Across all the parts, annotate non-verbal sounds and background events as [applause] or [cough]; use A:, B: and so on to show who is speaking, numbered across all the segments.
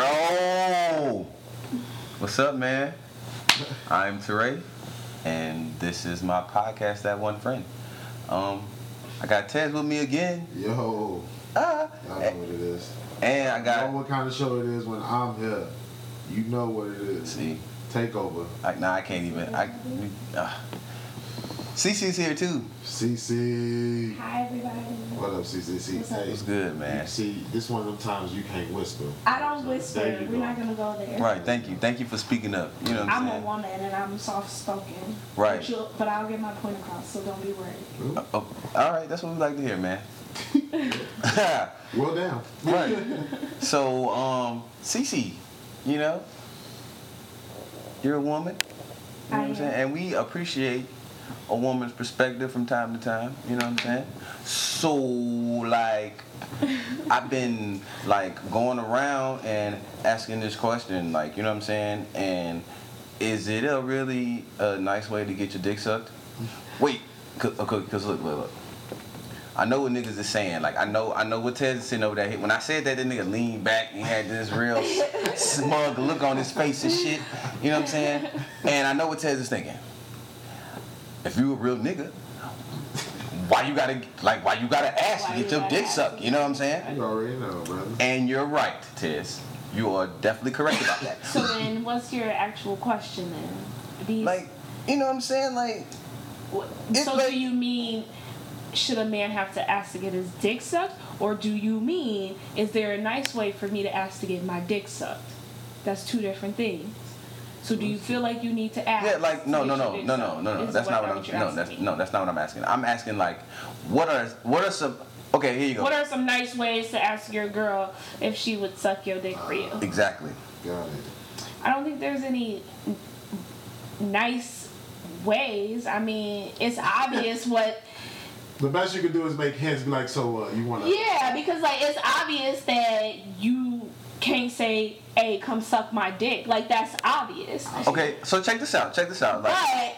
A: Yo! What's up, man? I'm Teray, and this is my podcast, That One Friend. Um, I got Tez with me again.
B: Yo,
A: Ah!
B: y'all know what it is.
A: And I
B: you know
A: got.
B: what kind of show it is when I'm here. You know what it is.
A: See,
B: Takeover.
A: I, nah, I can't even. I, uh, CC's here too.
B: CC.
C: Hi everybody.
B: What up, CCC?
C: What's up?
B: Hey,
A: What's good,
B: you
A: man?
B: see, this one of them times you can't whisper.
C: I don't
B: So,
C: whisper.
B: there you
C: We're
B: go.
C: not gonna go there.
A: Right, thank you. Thank you for speaking up. You know what
C: I'm
A: I'm
C: a
A: saying?
C: woman and I'm soft spoken.
A: Right.
C: But, you'll- but I'll get my point across, so don't be worried.
B: Ooh,
A: Oh, all right, that's what we like to hear, man.
C: [laughs]
A: [laughs]
B: Well, down.
A: right. So, um, Cece, you know, you're a woman. You know
C: I
A: what I'm
C: am.
A: saying? And we appreciate a woman's perspective from time to time. You know what I'm saying? So,
C: [laughs]
A: like, I've been, like, going around and asking this question, like, you know what I'm saying? And is it a really a nice way to get your dick sucked? Wait, because look, look, look. I know what niggas is saying. Like I know, I know what Ted's sitting over there. When I said that, that nigga leaned back and he had this
C: [laughs]
A: real smug look on his face and shit. You know what I'm saying? And I know what Ted's is thinking. If you a real nigga, why you gotta like? Why you gotta ask
C: Why
A: to get
C: you
A: your
C: gotta
A: dick
C: ask?
A: sucked? You know what I'm saying?
B: You already know, brother.
A: And you're right, Tez. You are definitely correct about that.
C: So
A: [laughs]
C: then, what's your actual question then? These.
A: Like, you know what I'm saying? Like,
C: what-
A: it's
C: so
A: like-
C: do you mean? Should a man have to ask to get his dick sucked, or do you mean is there a nice way for me to ask to get my dick sucked? That's two different things. So do you feel like you need to ask?
A: Yeah, like no,
C: to
A: no,
C: get your
A: no,
C: dick
A: no, no,
C: sucked?
A: no, no.
C: Is
A: That's not what
C: that
A: I'm.
C: you're
A: No,
C: asking
A: that's
C: me?
A: no, that's not what I'm asking. I'm asking like, what are what are some? Okay, here you go.
C: What are some nice ways to ask your girl if she would suck your dick for you?
A: exactly.
B: Got it.
C: I don't think there's any n- nice ways. I mean, it's obvious what.
B: The best you can do is make hints. Be like, so uh, you want to?
C: Yeah, because like it's obvious that you can't say, "Hey, come suck my dick." Like that's obvious.
A: Okay, so check this out. Check this out. Like,
C: But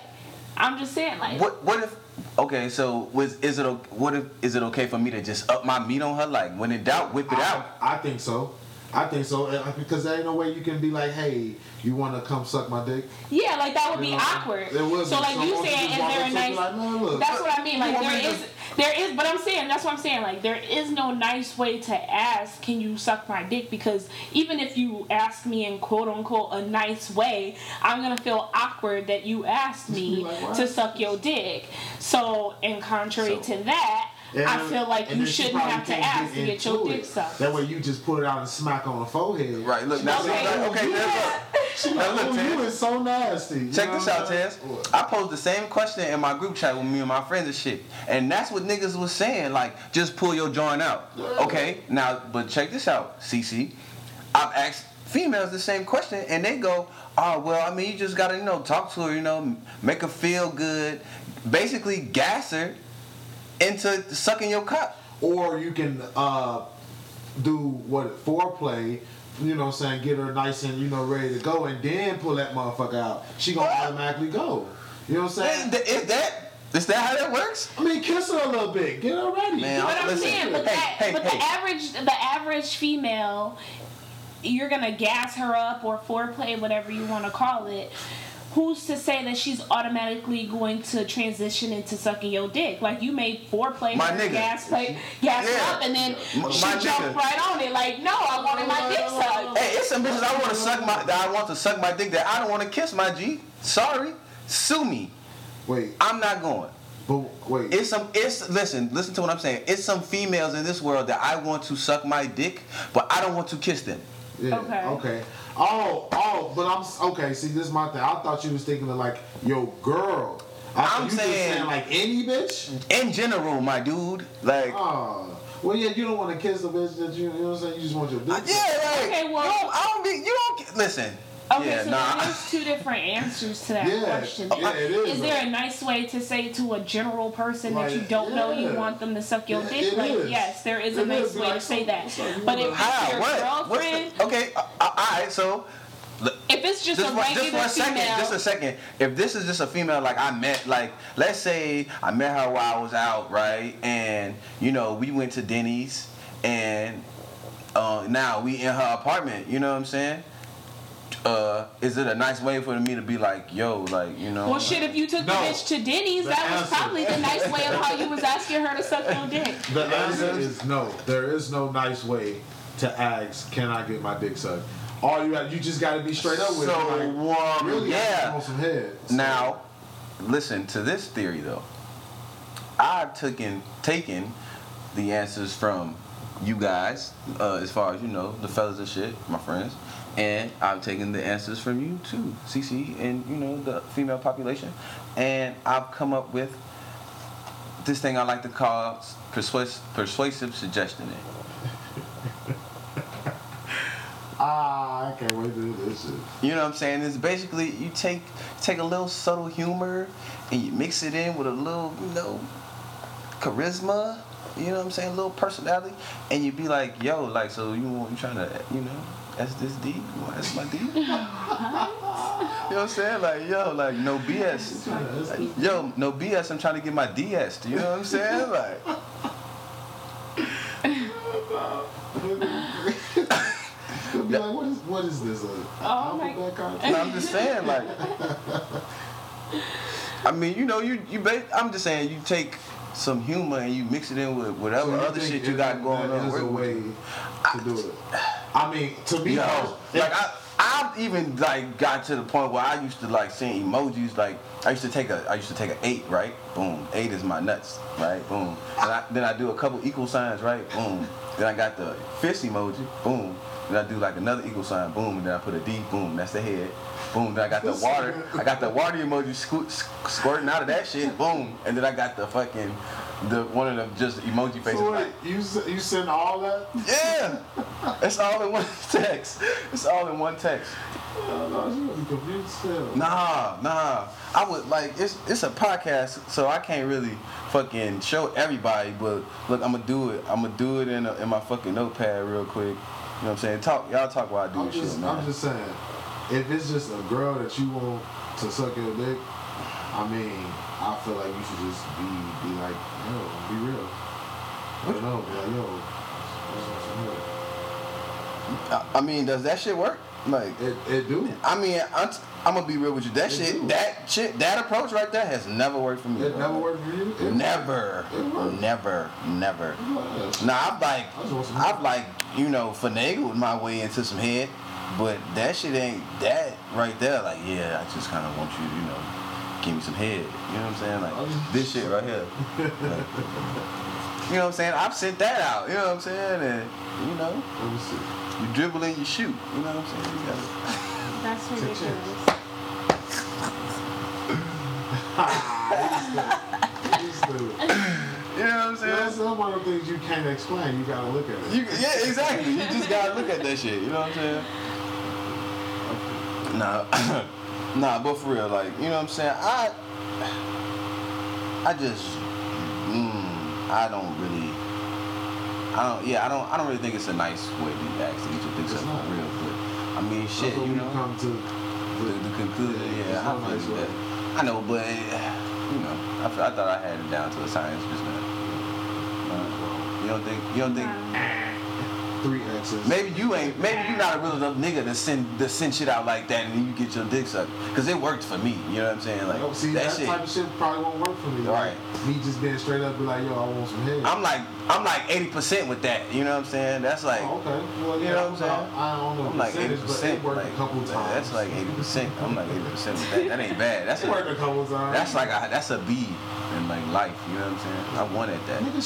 C: I'm just saying, like,
A: what what if? Okay, so was is it o- what if is it okay for me to just up my meat on her? Like, when in doubt, whip it
B: I,
A: out.
B: I think so. I think so uh, because there ain't no way you can be like, hey, you want to come suck my dick?
C: yeah, like that would be
B: You know,
C: awkward.
B: It would
C: so
B: be.
C: like you
B: won't
C: saying,
B: just
C: is
B: walk up to her
C: there a
B: and be
C: nice?
B: like, man, look,
C: That's what I mean. Like
B: you want me
C: there
B: to
C: is, there is. But I'm saying that's what I'm saying. Like there is no nice way to ask, "Can you suck my dick?" Because even if you ask me in quote unquote a nice way, I'm gonna feel awkward that you asked me
B: Like, what?
C: to suck your dick. So, and contrary
A: So-
C: to that,
B: And
C: I
B: then-
C: feel like
B: and
C: you
B: then she
C: shouldn't
B: probably
C: have to
B: can't
C: ask to get your
B: into
C: dick
B: it.
C: sucked.
B: That way you just pull it out and smack on the forehead.
A: Right. Look now.
C: Okay.
A: look, okay. Now
B: She
A: look. Now
B: like,
A: look,
B: oh, you
A: Tez.
B: is so nasty. You
A: Check
B: know
A: this
B: what I'm
A: out,
B: saying?
A: Tez. I posed the same question in my group chat with me and my friends and shit. And that's what niggas was saying, like, just pull your joint out.
B: Yeah.
A: Okay? Now, but check this out, CC. I've asked females the same question and they go, oh, well, I mean, you just gotta, you know, talk to her, you know, m- make her feel good. Basically, gas her into sucking your cup.
B: Or you can uh, do what foreplay. You know, what I'm saying get her nice and you know ready to go, and then pull that motherfucker out. She gonna automatically go. You know what I'm
A: Is,
B: saying?
A: th- is that, is that how that works?
B: I mean, kiss her a little bit. Get her ready.
A: Man,
C: But I'm
A: Listen,
C: saying,
A: hey,
C: but that,
A: hey,
C: but
A: hey.
C: the average, the average female, you're gonna gas her up or foreplay, whatever you want to call it. Who's to say that she's automatically going to transition into sucking your dick? Like you may foreplay
A: My
C: her,
A: nigga.
C: gas, play, gas her
A: Yeah.
C: up, and then
A: My-
C: she
A: my
C: jump
A: nigga.
C: right on it. Like, no, I wanted my dick sucked.
A: Hey, it's some bitches I want to suck my, that I want to suck my dick that I don't want to kiss my G. Sorry. Sue me.
B: Wait,
A: I'm not going.
B: but wait.
A: It's some. It's listen. Listen to what I'm saying. It's some females in this world that I want to suck my dick, but I don't want to kiss them.
B: Yeah.
C: Okay.
B: Okay. Oh, oh, but I'm s- okay. See, this is my thing. I thought you was thinking of like yo girl. I thought
A: I'm
B: you just
A: saying- Mm.
B: saying like any bitch.
A: In general, my dude. Like,
B: Oh, well, yeah. You don't want to kiss the bitch that you. You know what I'm saying? You just want your
A: I-
B: bitch.
A: Uh, yeah, like.
C: Okay, well-
A: you don't, I don't be. You don't. ki- Listen.
C: Okay,
A: yeah,
C: so
A: nah. [laughs]
C: there's two different answers to that
B: Yeah,
C: question.
B: yeah, it is,
C: is there a nice way to say to a general person that you
B: Like,
C: don't know you
B: yeah.
C: want them to suck your
B: Yeah,
C: dick?
B: it
C: Like,
B: is.
C: yes, there is a
B: It
C: nice
B: is,
C: way
B: like,
C: to say that.
B: so- so you
C: but if
B: know.
C: it's
A: How?
C: your
A: What? What's
C: girlfriend,
A: the, okay. Uh, uh, all right. So. l-
C: if it's
A: Just
C: just, a
A: one, just
C: regular
A: one second,
C: female,
A: just a second. If this is just a female, like I met, like let's say I met her while I was out, right? And you know, we went to Denny's, and uh, now we in her apartment. You know what I'm saying? Uh, is it a nice way for me to be like, yo, like you know?
C: Well, shit, if you took
B: No.
C: the bitch to Denny's,
B: The
C: that was
B: answer.
C: probably the nice way of how you was asking her to suck your
A: [laughs]
C: dick.
B: The
A: Yeah,
B: answer
A: it is.
B: is no. There is no nice way to ask, can I get my dick sucked? All you got, you just got to be straight up with
A: So,
B: it.
A: um,
B: really,
A: yeah.
B: yeah. on some head. So,
A: Now, listen to this theory though. I've taken taken the answers from you guys, uh, as far as you know, the fellas and shit, my friends, and I've taken the answers from you too, CC, and you know the female population, and I've come up with this thing I like to call persuasive persuasive suggestion.
B: ah, I can't wait to do this shit.
A: You know what I'm saying? It's basically you take take a little subtle humor and you mix it in with a little, you know, charisma. You know what I'm saying? A little personality, and you be like, yo, like, so you want you trying to, you know, that's this D, you want that's my D. [laughs] you know what I'm saying? Like, yo, like no BS. Yo, no BS. I'm trying to get my DS. You know what I'm saying? Like,
B: You'll be like, what is, what is this? A
C: Oh my-
B: alphabet
A: no,
B: contest?
A: I'm just saying, like, I mean, you know, you you. Ba- I'm just saying, you take some humor and you mix it in with whatever
B: So you
A: other
B: think
A: shit you
B: it-
A: got going
B: that
A: on.
B: is a
A: Work with
B: way
A: it.
B: to do it. I mean, to me,
A: Yo,
B: if-
A: like I, I've even like got to the point where I used to like seeing emojis. Like I used to take a, I used to take an eight, right? Boom, eight is my nuts, right? Boom. And I, then I do a couple equal signs, right? Boom. Then I got the fist emoji, boom. Then I do like another equal sign, boom. And then I put a D, boom. That's the head, boom. Then I got the water, I got the water emoji squ- squ- squirting out of that shit, boom. And then I got the fucking, the one of them just emoji faces.
B: so
A: like,
B: wait, you s- you send all that?
A: yeah, it's all in one [laughs] text. It's all in one text.
B: Oh, no, you gonna be confused still.
A: Nah, nah. I would like it's it's a podcast, so I can't really fucking show everybody. But look, I'm gonna do it. I'm gonna do it in a, in my fucking notepad real quick. You know what I'm saying? Talk, y'all talk while I do
B: I'm
A: this
B: just,
A: shit,
B: I'm
A: man.
B: just saying, if it's just a girl that you want to suck your dick, I mean, I feel like you should just be, be like, yo, be real. I don't know, be like, yo. that's
A: I, I mean, does that shit work? Like,
B: what you want. It, it do.
A: I mean, I'm, I'm gonna be real with you. That
B: It
A: shit,
B: do.
A: that shit, that approach right there has never worked for me.
B: It
A: bro.
B: never worked for you. It
A: Never,
B: It worked.
A: never, never.
B: worked.
A: Nah, I've like,
B: I just want some-
A: I've like, you know, finagled my way into some head, but that shit ain't that right there. Like, yeah, I just kind of want you, you know, give me some head. You know what I'm saying? Like this shit right here. Like, [laughs] you know what I'm saying? I've sent that out. You know what I'm saying? And you know,
B: Let me see.
A: you dribble and you shoot. You know what I'm saying? You gotta-
C: That's ridiculous.
B: It's the-
A: You know what I'm saying?
B: That's some of the things you can't explain. You gotta look at it.
A: You, yeah, exactly. You just gotta look at that shit. You know what I'm saying? Nah, [coughs] nah, but for real, like you know what I'm saying. I, I just, mm, I don't really, I don't. Yeah, I don't. I don't really think it's a nice way to actually get your dick
B: It's
A: sucked
B: not.
A: for real. But I mean, shit,
B: That's what
A: you
B: we
A: know
B: come to.
A: the, the conclusion.
B: It's
A: Yeah, I
B: not
A: don't
B: nice,
A: do
B: right?
A: that. I know, but you know, I, f- I thought I had it down to a science, just not. Uh, you don't think? You don't think?
B: Three X's.
A: Maybe you ain't. Maybe you not a real enough nigga to send to send shit out like that, and then you get your dick sucked. Cause it worked for me. You know what I'm saying? Like
B: Oh, see,
A: that,
B: that,
A: shit.
B: type of shit probably won't work for me.
A: Right.
B: Me just being straight up, be like, yo, I want some head.
A: I'm like I'm like 80% with that. You know what I'm saying? That's like
B: Oh, okay. Well,
A: you
B: yeah,
A: know what I'm saying?
B: I don't know.
A: I'm like
B: percentage,
A: 80%.
B: but it worked
A: like,
B: a couple times.
A: That's like 80%. I'm like 80% with that. That ain't bad. That's
B: It worked a
A: a,
B: couple times.
A: that's like a, that's a B in like life. You know what I'm saying? I wanted that.
B: Nigga,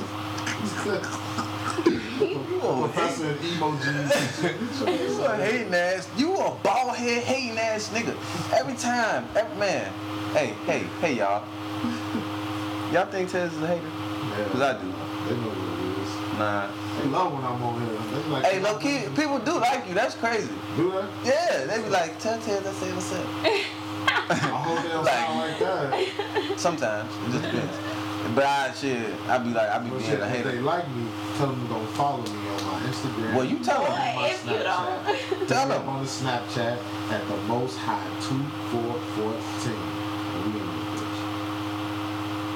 B: shut
A: [laughs]
B: [laughs] up.
A: You a
B: Professor
A: hate-
B: and emojis.
A: you a hating ass. You a bald head hating ass nigga. Every time, every man. Hey, hey, hey, y'all. Y'all think Tez is a hater? Cause I do.
B: They know what
A: Nah.
B: it is. They love when I'm on here. They like,
A: Hey, low key, people do like you. That's crazy.
B: Do that?
A: Yeah, they be like, tell Tez I say what's up.
B: I hope they don't sound
A: [laughs]
B: like that.
A: Sometimes it just depends. But I shit, I be like, I be
B: Well,
A: being
B: shit,
A: a
B: if they
A: hater.
B: like me, tell them to go follow me on my Instagram.
A: Well, you tell them.
C: But if you
A: [laughs]
C: don't,
A: Tell 'em.
B: Hit up on the Snapchat at the most high two four fourteen.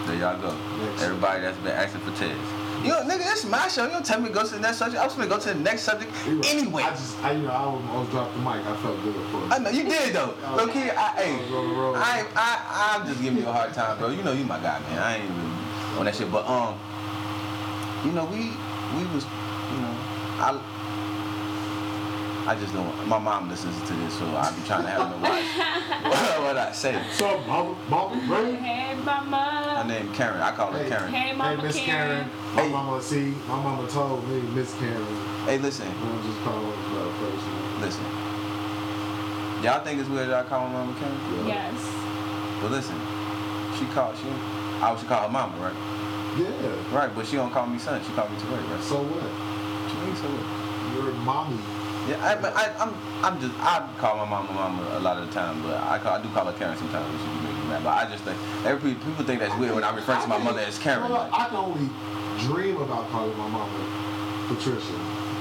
A: There y'all go.
B: Next.
A: Everybody that's been asking for Tez. Yo, nigga, this is my show. You don't tell me to go to the next subject. I was gonna go to the next subject
B: You right.
A: anyway.
B: I just, I, you know, I almost, almost dropped the mic. I felt good for
A: I
B: it.
A: know you did though. Okay, I, hey, I, I, I'm just giving you a hard time, bro. You know you my guy, man. I ain't really on that shit. But um, you know we we was, you know, I. I just don't. My mom listens to this, so I be trying to have her watch what I [laughs] say.
B: So, mama, mama, right?
C: Hey,
A: Her
C: mama.
A: name Karen. I call her Karen.
C: Hey, mama
B: Miss
C: Karen.
B: My
A: Hey.
B: mama, see, my mama told me, Miss Karen, I'm
A: Hey, listen,
B: gonna just call her uh, first. name.
A: listen. Y'all think it's weird that I call her mama Karen?
C: Yes. [laughs]
A: But listen, she called she. I should call her mama, right?
B: Yeah.
A: Right, but she don't call me son. She called me Tory, right?
B: So what?
A: She means so.
B: You're mommy.
A: Yeah, I, but I, I'm, I'm just, I call my mama mama a lot of the time, but I, call, I do call her Karen sometimes when she be making me mad. But I just think every people think that's weird when I refer to my
B: can-
A: mother as Karen.
B: Well,
A: Like,
B: I can only dream about calling my mama Patricia.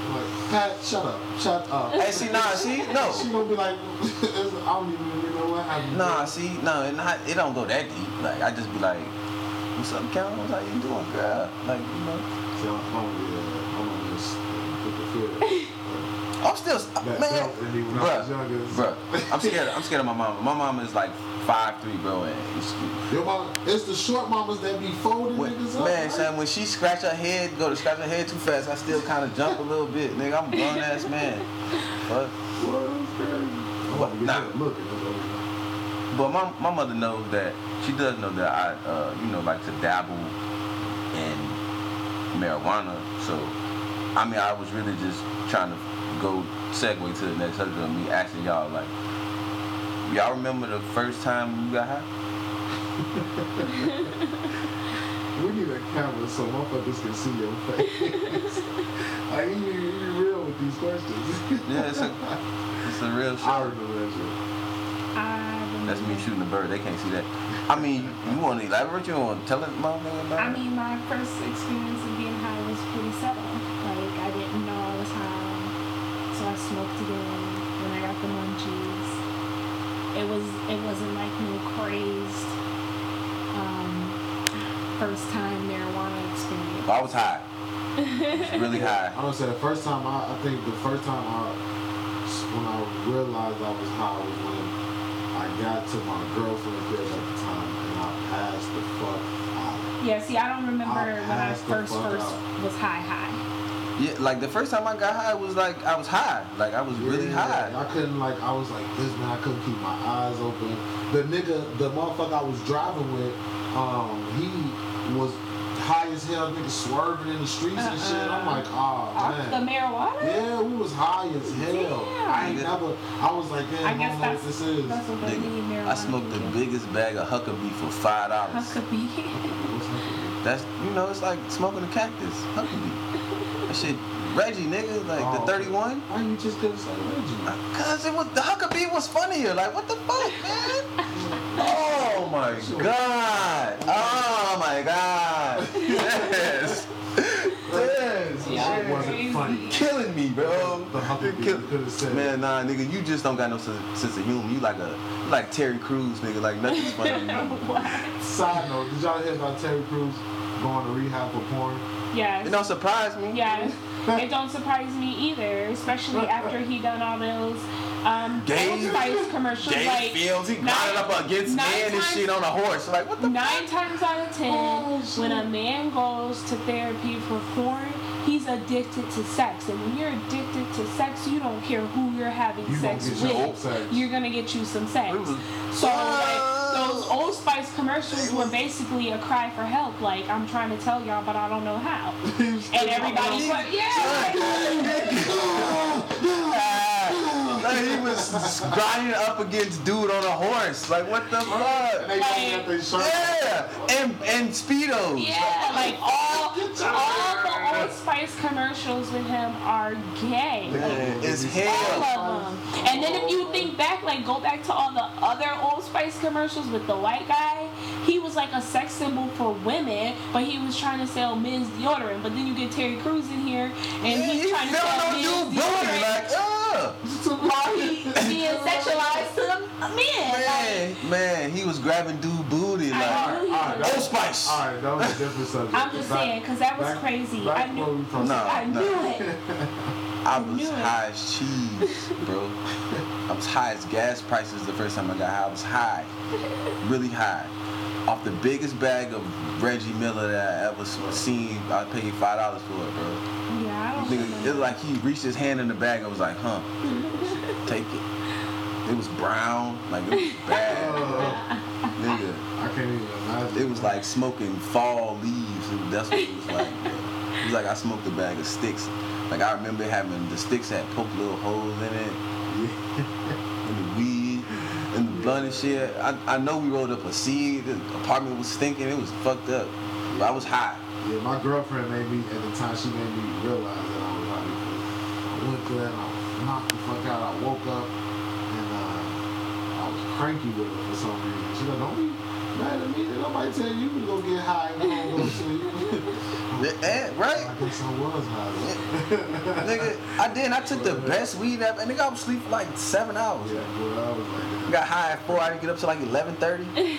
B: Like, Pat, shut up, shut up.
A: hey, see, nah, see,
B: She
A: no,
B: gonna be like, [laughs] I don't even know what happened.
A: nah, see, no, it not, it don't go that deep. Like I just be like, what's up, Karen? What's how you doing, girl? Like you know,
B: See, I'm hungry, uh, I'm gonna just uh, put the food.
A: I'm still,
C: [laughs]
B: That
A: man,
B: felt in me when I was younger.
A: bruh, bruh.
B: [laughs]
A: I'm scared. I'm scared of my mama. My mama is like five three, bro, and she,
B: Your mama, it's the short mamas that be folding
A: When,
B: niggas up.
A: man,
B: right?
A: son, when she scratch her head, go to scratch her head too fast, I still kind of jump a little bit, nigga. I'm a grown ass man. But,
B: Well, that's crazy. I'm
A: What?
B: gonna get
A: Nah.
B: that look and that's all we got.
A: but my, my mother knows that she does know that I, uh, you know, like to dabble in marijuana. So, I mean, I was really just trying to go segue to the next subject of me asking y'all, like, y'all remember the first time you got high?
B: We need a camera so motherfuckers can see your face. [laughs] like, you, you be real with these questions.
A: Yeah, it's a, it's a real shit.
B: [laughs] I remember that shit.
C: I
A: That's me shooting a bird. They can't see that. I mean, you want to elaborate? You want to tell it, mom? nigga, about
C: I
A: it?
C: mean, my first experience of being high was pretty subtle. Like, I didn't know I was high, so I smoked again when I got the munchies. It was, it wasn't like no crazed um, first time marijuana experience.
A: I was high. really high.
B: I don't say the first time I, I think the first time I, when I realized I was high was when I got to my girlfriend's crib at the time and I passed the fuck out.
C: [laughs] Yeah, see, I don't remember
B: I
C: when I
B: passed the
C: first
B: fuck
C: first
B: out.
C: was high high.
A: Yeah, like the first time I got high was like I was high. Like I was really
B: Yeah,
A: high.
B: I couldn't like I was like this man. I couldn't keep my eyes open. The nigga, the motherfucker I was driving with, um, he was high as hell. Nigga swerving in the streets and shit. I'm
C: Uh-uh.
B: like, ah
C: Off
B: man.
C: the marijuana?
B: Yeah, we was high as hell. I ain't
A: Damn.
B: never. I was like, damn,
C: I
B: I
C: guess
B: don't know what
C: that's,
B: this is.
C: that's what they mean
A: Nigga,
C: marijuana.
A: I smoked the biggest bag of Huckabee for five dollars.
C: Huckabee.
B: What's happening?
A: That's you know, it's like smoking a cactus. Huckabee. That shit, Reggie, nigga, like
B: Oh.
A: the thirty-one.
B: Why you just gonna say Reggie?
A: Cause it was the Huckabee was funnier. Like what the fuck, man? Oh my god! Oh my god! Yes, yes.
C: Yeah.
B: It wasn't
C: [laughs] Crazy.
B: funny.
A: killing me, bro.
B: The Huckabee
A: Kill-
B: could have said.
A: Man, nah, nigga, you just don't got no sense, sense of humor. You like a, you like Terry Crews, nigga. Like nothing's funny.
C: [laughs] What?
B: Side note: Did y'all hear about Terry Crews going to rehab for porn?
C: Yes.
A: it don't surprise me.
C: Yes. It don't surprise me either, especially after he done all those um
A: Gay-
C: Old Spice commercials.
A: Dave
C: like
A: Fields, he
C: nine-
A: grinded up against
C: nine
A: man and
C: times-
A: shit on a horse. Like what the? Oh,
C: Nine times out of ten, when a man goes to therapy for porn, he's addicted to sex. And when you're addicted to sex, you don't care who you're having
B: You gonna
C: sex
B: get
C: with.
B: your own sex.
C: You're gonna get you some sex.
A: We was-
C: So like those Old Spice commercials were basically a cry for help. Like I'm trying to tell y'all, but I don't know how. And everybody's like, yeah.
A: Ah, [laughs] like, he was grinding up against dude on a horse. Like what the
B: And
A: fuck?
B: they don't got their shirt.
A: Yeah, and and speedos.
C: Yeah, like all all the Old Spice commercials with him are gay.
A: It's
C: All
A: hell.
C: of them. And then if you think back, like go back to all the other Old Spice commercials with the white guy, he was like a sex symbol for women, but he was trying to sell men's deodorant. But then you get Terry Crews in here, and
A: He
C: he's trying to
A: feeling
C: sell
A: on
C: men's
A: dude booty.
C: deodorant.
A: Like, ugh. [laughs]
C: While he being sexualized to the men.
A: Man,
C: Like,
A: Man, he was grabbing dude booty
C: I
A: like.
C: knew
B: Alright,
C: he was.
B: alright.
A: Old Spice.
B: All right, that was a different subject.
C: I'm just
B: Back-
C: saying, 'cause that was
B: back-
C: crazy.
B: back
C: I knew-
B: where we from.
A: No.
C: I
A: no.
C: knew it.
A: I
C: knew
A: was
C: it.
A: high as cheese, bro. [laughs] I was high as gas prices the first time I got high. I was high, really high, off the biggest bag of Reggie Miller that I ever s- seen. I paid five dollars for it, bro.
C: Yeah, I don't
A: Nigga, It was
C: remember.
A: like he reached his hand in the bag and was like, huh, take it. It was brown, like it was bad,
B: [laughs] Uh,
A: nigga.
B: I can't even imagine.
A: It was like smoking fall leaves. and That's what it was
B: [laughs]
A: like. bro. It was like I smoked a bag of sticks. Like I remember having the sticks had poked little holes in it, and the weed, and the blunt and shit. I, I know we rolled up a seed. The apartment was stinking. It was fucked up. But I was high.
B: Yeah, my girlfriend made me, at the time, she made me realize that I was out because I went to that and I was knocked the fuck out. I woke up and uh, I was cranky with her for some reason. She like, don't be mad at me. Did nobody tell you to go get high and go to sleep?
A: [laughs] Yeah, eh,
B: I
A: right?
B: guess I was high.
A: Nigga, I did. I took the best weed ever. And nigga, I was asleep for like seven hours.
B: [laughs] Yeah, boy, I was like that.
A: I got high at four. I didn't get up till like
B: [laughs]
A: 11:30.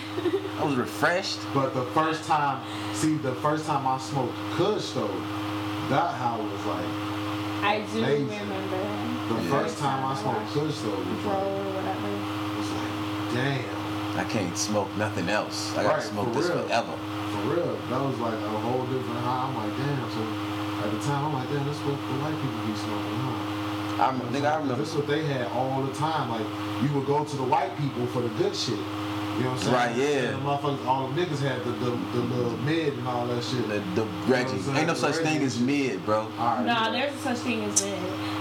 A: I was refreshed.
B: But the first time, see, the first time I smoked Kush though, that how was like
C: I do
B: amazing.
C: remember.
B: the
A: Yeah.
B: first time I smoked Kush though was
C: Bro,
B: like,
C: or whatever.
B: was like damn,
A: I can't smoke nothing else. I gotta
B: Right,
A: smoke
B: for
A: this
B: real.
A: forever.
B: for real. That was like a whole different high. I'm like damn. So at the time, I'm like damn, this what the white people be smoking, huh?
A: I rem- nigga, I remember.
B: This what they had all the time. Like you would go to the white people for the good shit. You know what I'm saying?
A: Right, yeah.
B: And the motherfuckers, all the niggas had the, the, the little mid and all that shit.
A: The, the Reggie. Ain't no such thing as mid, bro.
B: all right, yeah.
C: Nah, there's a such thing as it.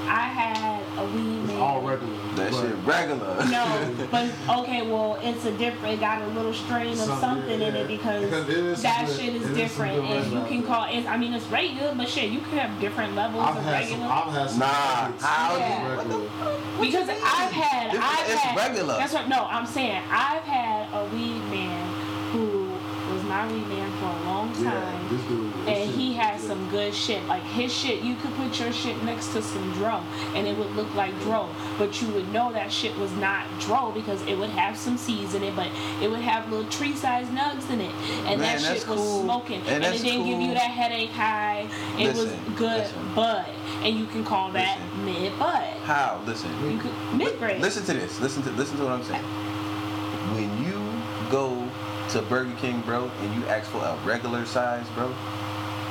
C: I had a weed
B: It's
C: man.
B: all regular.
A: That
B: but-
A: shit regular.
B: [laughs]
C: No, but okay, well, it's a different. It got a little strain of
B: Something,
C: something, in
B: yeah.
C: it because,
B: Because it is
C: that
B: good-
C: shit
B: it is
C: is
B: some
C: different,
B: good
C: and you
B: regular.
C: can call it. I mean, it's regular, but shit, you can have different levels
B: I've
C: of
B: had some.
C: regular.
B: I've had some.
A: [laughs] Nah,
B: nuggets.
A: how
C: Yeah.
A: you- what the
B: Regular.
A: fuck? What you
C: Because
A: mean?
C: I've had,
A: It's-
C: I've
A: it's
C: had.
A: regular.
C: That's what. No, I'm saying I've had a weed man who was my weed man for a long time.
B: Yeah, this dude. this
C: and
B: shit
C: he
B: is
C: had
B: good.
C: some good shit. Like his shit, you could put your shit next to some dro, and it would look like dro, but you would know that shit was not dro because it would have some seeds in it, but it would have little tree-sized nugs in it,
A: Man,
C: and that
A: that's
C: shit was
A: cool.
C: smoking,
A: And
C: and,
A: that's
C: it didn't give
A: cool.
C: you that headache high. It
A: Listen,
C: was good
A: listen.
C: bud, and you can call that
A: Listen.
C: mid bud.
A: How? Listen.
C: You could mid grade.
A: Listen to this. Listen to listen to what I'm saying. When you go to Burger King, bro, and you ask for a regular size, bro,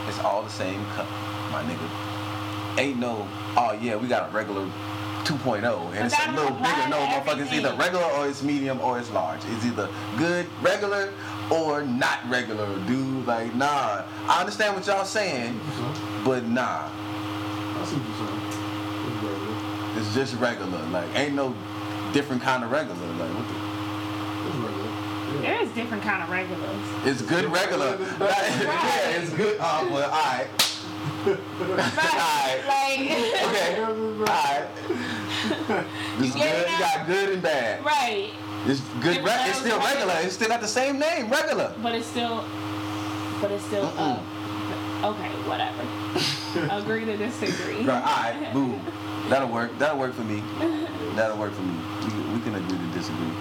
A: it's all the same cup, my nigga. Ain't no, oh yeah, we got a regular 2.0, and it's a
C: But
A: little
C: that
A: bigger. No,
C: applies to
A: motherfucker, it's either
C: everything.
A: regular or it's medium or it's large. It's either good, regular, or not regular, dude. Like, nah. I understand what y'all saying, but nah.
B: I see what you're saying. It's regular.
A: It's just regular. Like, ain't no different kind of regular. Like, what the.
B: It's regular. Yeah.
C: There is different kind of regulars.
A: It's good regular. [laughs] yeah, it's good. Uh, well, all right. [laughs] all right.
C: Like.
A: Okay. All right. It's
C: Yeah,
A: good. You got good and bad.
C: [laughs] Right,
A: It's good. Re- it's still
C: Different
A: regular. It's still got the same name, regular.
C: but it's still, but it's still
A: Mm-mm.
C: up. Okay, whatever.
A: [laughs]
C: Agree to disagree.
A: Right, all right. Boom. That'll work. That'll work for me. That'll work for me. We, can- we can agree to disagree.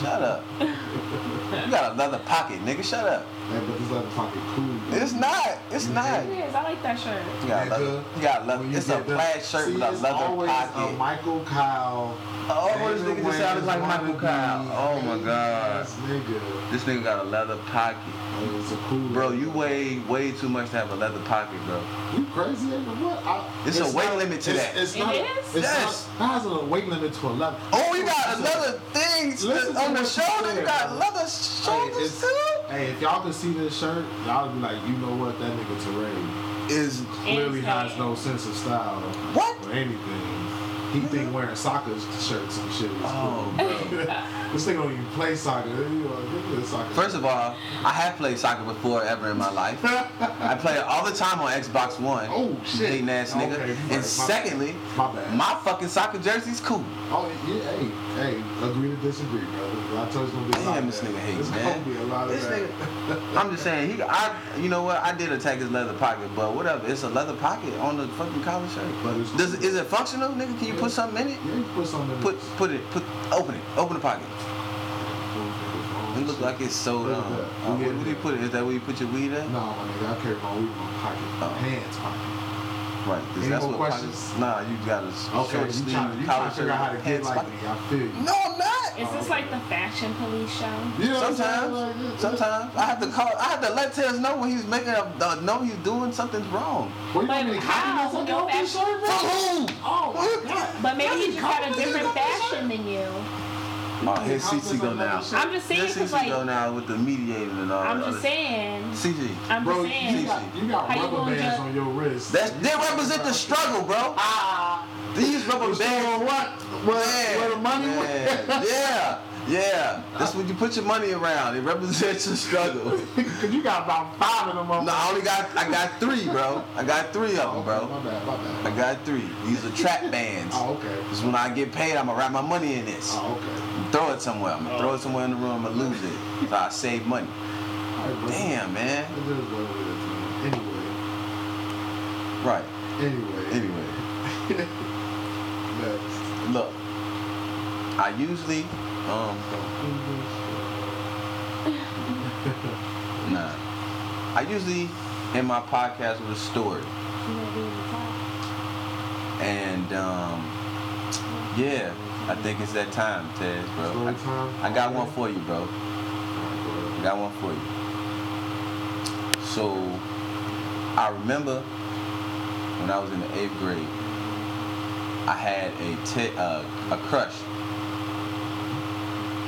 A: Shut up. You got another pocket, nigga. Shut up.
B: Hey, but this other pocket cool.
A: It's not. It's not.
C: It is. I like that shirt.
A: You got a leather. You got a leather.
B: When you
A: It's a
B: get done-
A: plaid shirt
B: See,
A: with a
B: it's
A: leather
B: always
A: pocket.
B: A Michael Kyle.
A: Oh, this
B: David
A: nigga just sounded
B: Wayne's
A: like Michael
B: wannabe
A: Kyle. Oh my god.
B: ass Nigga.
A: This nigga got a leather pocket.
B: Oh, It's a cool.
A: Bro, you weigh way too much to have a leather pocket, bro.
B: You crazy or what? I,
A: It's a weight limit to
B: it's,
A: that.
B: It's
C: It
B: not,
C: is?
B: It's
A: Yes.
B: not, that has a weight limit to 11.
A: Oh, you got
B: It's a-
A: another thing s-
B: Listen to
A: on
B: what
A: the
B: you
A: shoulder. You
B: said,
A: got
B: bro.
A: leather
B: Hey,
A: shoulders
B: it's-
A: too.
B: hey, if y'all could see this shirt, y'all be like, you know what, that nigga Terrain
A: Is
B: clearly
C: Exactly.
B: has no sense of style
A: what?
B: or anything. He think wearing soccer shirts and shit is
A: Oh,
B: cool. [laughs] this nigga don't even play soccer. He like, "This nigga soccer."
A: First of all, I have played soccer before ever in my
B: [laughs]
A: life. I play it all the time on Xbox One.
B: Oh, shit.
A: Hating ass nigga.
B: Okay, you right. My
A: and
B: bad.
A: secondly,
B: My bad.
A: my fucking soccer jersey's cool.
B: oh yeah, hey, hey, agree to disagree, brother. I told you it's gonna be a lot
A: Damn,
B: of
A: this
B: that.
A: nigga hates,
B: It's
A: man.
B: gonna be a lot of
A: This
B: that.
A: nigga, I'm just saying, he, I, you know what? I did attack his leather pocket, but whatever. It's a leather pocket on the fucking collar shirt.
B: But it's-
A: Does, is it functional, nigga? Can you put something in it?
B: Yeah, you put something. in
A: Put,
B: it.
A: put it, put, open it, open the pocket. It look like it's sold
B: Look at
A: on.
B: that.
A: Uh, what, what do you put it? Is that where you put your weed at?
B: No, my nigga, I carry my weed in my pocket,
A: Oh.
B: hands pocket.
A: Right. 'cause
B: Any
A: that's
B: more
A: what pockets-
B: questions?
A: Nah, you got a s- short
B: you
A: sleeve
B: trying, you trying
A: collar
B: to figure out how to
A: shirt,
B: get
A: pants
B: like
A: pocket.
B: me? I feel you.
A: No, I'm not.
C: Is this like the fashion police show?
B: You know what I'm saying? Like,
A: Sometimes,
B: it's-
A: sometimes I have to call. I have to let Tez know when he's making a uh, know he's doing something's wrong.
B: What you
C: But
B: mean?
C: how?
B: Fucking off this
C: Fashion-
B: shirt,
A: For
B: bro?
A: who?
B: Oh my god.
C: But maybe
B: Fucking
C: he's got a
B: compliments
C: different
B: on this shirt.
C: fashion than you.
A: Oh, here's CC go now.
C: I'm just saying,
A: Here's
C: cause
A: CC go
C: like,
A: now with the mediator and all.
C: I'm
A: that
C: just
A: other-
C: saying,
A: CC.
C: I'm
B: Bro,
C: just
B: you
C: saying.
B: got, you got
C: How you
B: rubber
C: gonna
B: bands
C: judge-
B: on your wrist.
A: That's,
B: You
A: they
B: can't
A: represent the
B: judge.
A: struggle, bro.
C: Ah.
A: These rubber
B: What you
A: bands.
B: gonna what? Where,
A: Yeah,
B: where the money
A: man.
B: went? [laughs]
A: yeah, yeah. That's what you put your money around. It represents your
B: [laughs]
A: struggle.
B: Cause you got about five of them on.
A: No, I only got I got three, bro. I got three of them, bro.
B: My bad, my bad.
A: I got three. These are trap bands.
B: Oh, okay.
A: Cause when I get paid, I'ma wrap my money in this.
B: Oh, okay.
A: Throw it somewhere. I'ma throw it somewhere in the room. I'ma lose it. So I save money.
B: All right, bro.
A: Damn, man.
B: It is what it is, man.
A: Right.
B: Anyway, anyway,
A: Anyway,
B: next.
A: look. I usually um nah. I usually in my podcast with a story. And um, yeah, I think it's that time, Tez, bro.
B: Story time?
A: I, I got one for you, bro. I got one for you. So I remember when I was in the eighth grade, I had a te- uh, a crush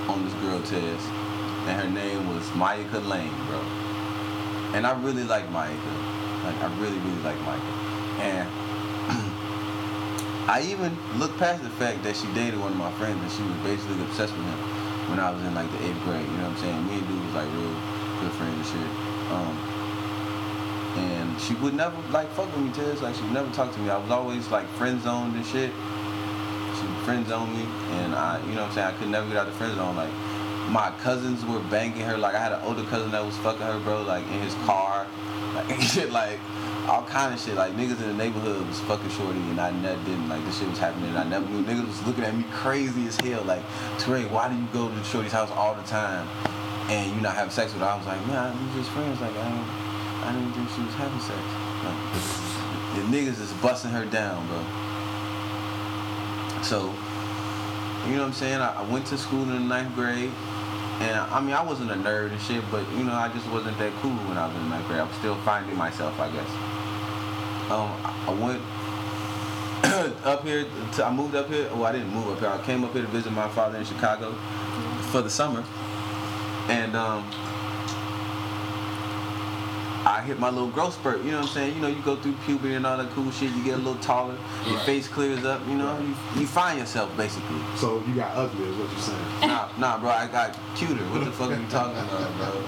A: on this girl, Tez, and her name was Mayika Lane, bro. And I really liked Mayika. Like I really, really liked Mayika. And [clears throat] I even looked past the fact that she dated one of my friends and she was basically obsessed with him when I was in like the eighth grade. You know what I'm saying? Me and dude was like real good friends and shit. Um, and she would never like fuck with me, Tez. Like she would never talk to me. I was always like friend zoned and shit. She friend zoned me, and I, you know what I'm saying? I could never get out the friend zone. Like my cousins were banging her. Like I had an older cousin that was fucking her, bro. Like in his car, [laughs] like shit, like all kind of shit. Like niggas in the neighborhood was fucking shorty, and I never didn't. Like this shit was happening, and I never knew. Niggas was looking at me crazy as hell. Like Teray, why do you go to shorty's house all the time, and you not have sex with her? I was like, man, we just friends. Like I don't, I didn't think she was having sex. Like, [laughs] the niggas is busting her down, bro. So, you know what I'm saying? I, I went to school in the ninth grade, and I, I mean, I wasn't a nerd and shit, but you know, I just wasn't that cool when I was in ninth grade. I was still finding myself, I guess. Um, I, I went [coughs] up here. To, I moved up here. Well, I didn't move up here. I came up here to visit my father in Chicago for the summer, and um. I hit my little growth spurt, you know what I'm saying? You know, you go through puberty and all that cool shit, you get a little taller, your
B: Right.
A: face clears up, you know, you, you find yourself basically.
B: So you got ugly, is what you're saying? [laughs]
A: Nah, nah, bro, I got cuter. What the fuck are you talking about, bro?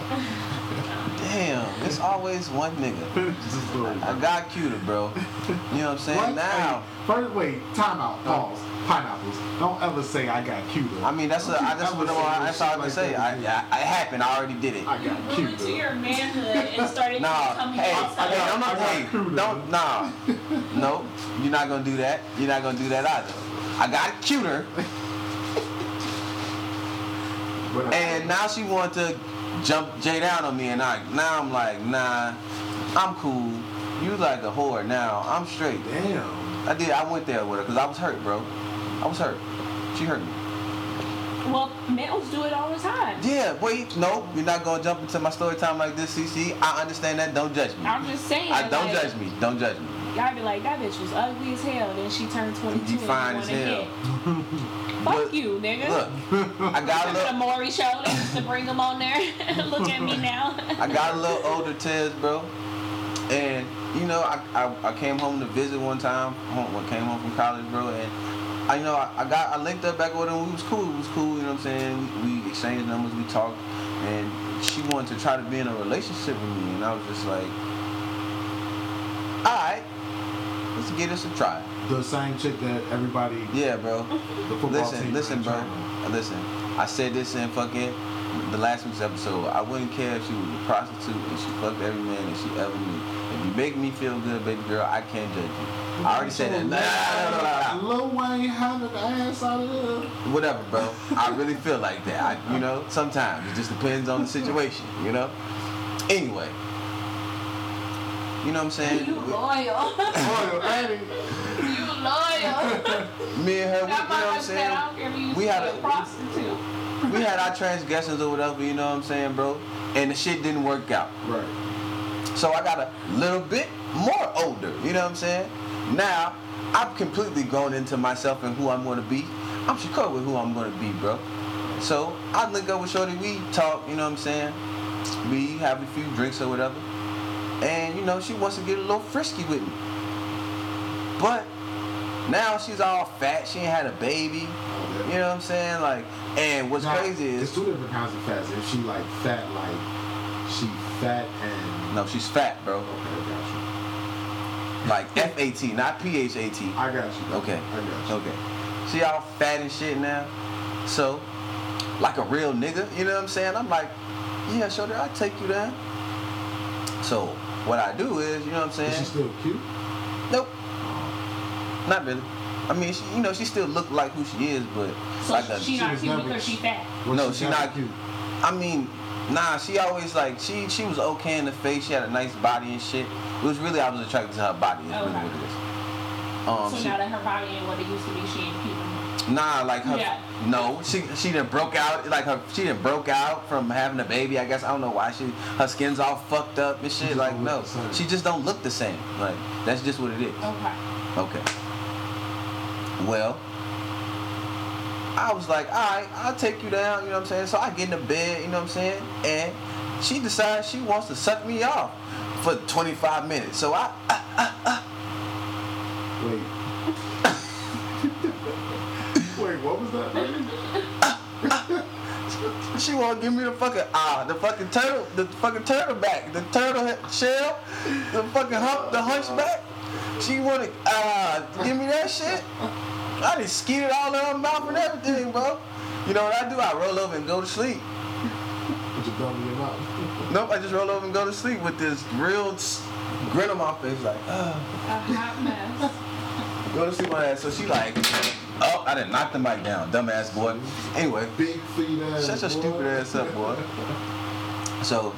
A: Damn, it's always one nigga.
B: It's a story,
A: I
B: bro.
A: got cuter, bro. You know what I'm saying?
B: What?
A: Now,
B: Hey, first, wait, time out, pause, pineapples. Don't ever say I got cuter.
A: I mean, that's a,
B: Don't
A: I,
B: you
A: that's
B: ever
A: what
B: say
A: I,
B: no
A: that's
B: shit
A: all I can
B: like
A: say. I,
B: that
A: I,
B: again.
A: it happened. I already did it.
B: I got
C: Grew into
B: cuter.
C: your manhood
A: [laughs]
C: and started
A: Nah,
C: becoming
A: hey,
B: I
C: outside.
B: got-
A: I'm not,
B: I got
A: hey,
B: cuter.
A: don't, nah, no, you're not gonna do that. You're not gonna do that either. I got cuter,
B: But-
A: and now she wanted to jump Jay down on me, and I, now I'm like, nah, I'm cool. You like a whore now. I'm straight.
B: damn.
A: I did. I went there with her because I was hurt, bro. I was hurt. She hurt me.
C: Well, males do it all the time.
A: Yeah, wait, no, you're not gonna jump into my story time like this, CC. I understand that. Don't judge me.
C: I'm just saying.
A: I don't
C: like,
A: judge me. Don't judge me.
C: Y'all be like, that bitch was ugly as hell. Then she turned 22
A: You
C: and
A: fine as
C: want to
A: hell.
C: hit.
A: [laughs]
C: Fuck
A: But-
C: you, nigga.
A: Look,
C: [laughs]
A: I got a
C: the
A: little,
C: Maury show. They used to bring them on there. [laughs] Look at me now.
A: I got a little older, Tez, bro. And you know, I, I, I came home to visit one time. Home, when I came home from college, bro, and I you know I, I got I linked up back with him. We was cool. It was cool. You know what I'm saying? We, we exchanged numbers. We talked, and she wanted to try to be in a relationship with me, and I was just like, all right, let's give this a try.
B: The same chick that everybody,
A: Yeah, bro.
B: the football
A: Listen,
B: team,
A: listen,
B: in
A: bro. Uh,
B: China.
A: Listen, I said this in fucking the last week's episode. I wouldn't care if she was a prostitute and she fucked every man that she ever knew. If you make me feel good, baby girl, I can't judge you. I already said that. Nah, nah, nah, nah, nah.
B: Lil Wayne hounding the ass out of there.
A: whatever, bro. I really feel like that. I, you know, sometimes it just depends on the situation. You know. Anyway, you know what I'm saying.
C: [laughs] You loyal.
B: Boy,
A: [laughs]
B: Annie,
C: you loyal.
A: Me and her, we, you know
C: That's
A: what
C: why I
A: I'm
C: said
A: saying.
C: I don't care if you used
A: We
C: to
A: had
C: be
A: a-
C: a prostitute.
A: We had our transgressions or whatever. You know what I'm saying, bro. And the shit didn't work out.
B: Right.
A: So I got a little bit more older. You know what I'm saying? Now I've completely grown into myself and who I'm gonna be. I'm secure with who I'm gonna be, bro. So I link up with Shorty, we talk, you know what I'm saying? We have a few drinks or whatever. And you know, she wants to get a little frisky with me. But now she's all fat, she ain't had a baby. You know what I'm saying? Like, and what's
B: Now,
A: crazy
B: it's
A: is
B: two different kinds of fats. If she like fat, like she fat and
A: no, she's fat, bro.
B: okay, I
A: Like F A T, not P H A T.
B: got you. I got you.
A: Okay.
B: I got you.
A: Okay. She all fat and shit now. So, like a real nigga, you know what I'm saying? I'm like, yeah, shorty, I'll take you down. So, what I do is, you know what I'm
B: Is
A: saying?
B: she still cute?
A: Nope. Not really. I mean, she, you know, she still look like who she is, but
C: So
A: like a,
C: she not
B: was
C: cute
B: never-
C: because she fat.
B: Was
A: No, she
B: kinda
A: not- I mean, nah, she always like she she was okay in the face. She had a nice body and shit. It was really I was attracted to her body. Is really
C: Okay.
A: what it is. Um,
C: so
A: she-
C: now that her body ain't what it used to be, she ain't cute.
A: [laughs]
C: no more.
A: Nah, like her.
C: Yeah.
A: No, she she done broke out. Like her, she done broke out from having a baby. I guess I don't know why she her skin's all fucked up and shit.
B: just
A: Like
B: don't
A: no,
B: look the same.
A: she just don't look the same. Like that's just what it is.
C: Okay.
A: Okay. Well, I was like, all right, I'll take you down. You know what I'm saying? So I get in the bed. You know what I'm saying? And she decides she wants to suck me off for 25 minutes. So I, I [laughs]
B: Wait. Wait, what was that? baby?
A: She wanna give me the fucking ah, the fucking turtle, the fucking turtle back, the turtle he- shell, the fucking hump, the hunchback. She wanna ah, give me that shit. I just skidded all in her mouth and everything, bro. You know what I do? I roll over and go to sleep.
B: Put your thumb in your mouth. [laughs]
A: Nope, I just roll over and go to sleep with this real s- grin on my face, like ah,
C: A hot
A: [laughs]
C: mess.
A: go to sleep on that. So she like, oh, I didn't knock the mic down, dumbass boy. Anyway,
B: Big feet ass.
A: Shut your
B: boy.
A: stupid ass up, boy. So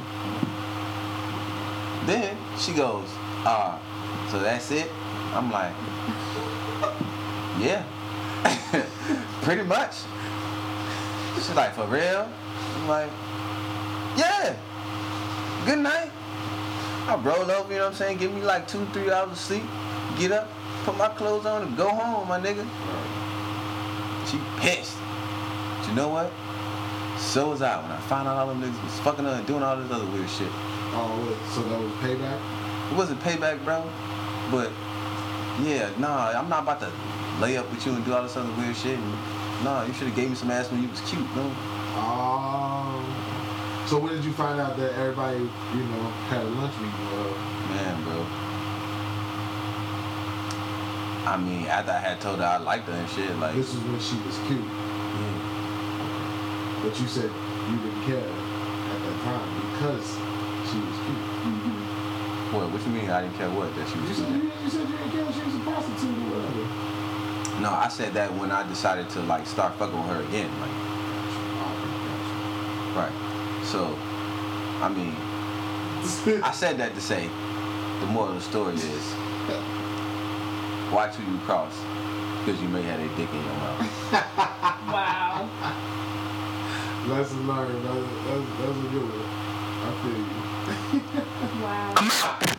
A: then she goes, ah, so that's it? I'm like, yeah. [laughs] Pretty much. She's like, for real? I'm like, yeah. Good night. I roll over, you know what I'm saying? Give me like two, three hours of sleep. Get up, put my clothes on, and go home, my nigga. She pissed. But you know what? So was I when I found out all them niggas was fucking her and doing all this other weird shit.
B: Oh, wait, so that was payback?
A: It wasn't payback, bro. But yeah, nah, I'm not about to lay up with you and do all this other weird shit. And, nah, you should have gave me some ass when you was cute, no?
B: Oh. So when did you find out that everybody, you know, had lunch meeting? Uh,
A: Man, bro. I mean, after I had told her I liked her and shit, like,
B: this is when she was cute,
A: yeah.
B: but you said you didn't care at that time because she was cute.
A: what? What you mean? I didn't care what that she
B: You
A: was.
B: said you, you said you didn't care. She was a prostitute or [laughs] whatever.
A: No, I said that when I decided to like start fucking with her again, like.
B: Oh,
A: Right. So, I mean,
B: gotcha.
A: I said that to say the moral of the story is watch who you cross because you may have a dick in your mouth.
C: Wow.
B: Lesson learned. That's, that's, that's a good one. I feel you.
C: Wow.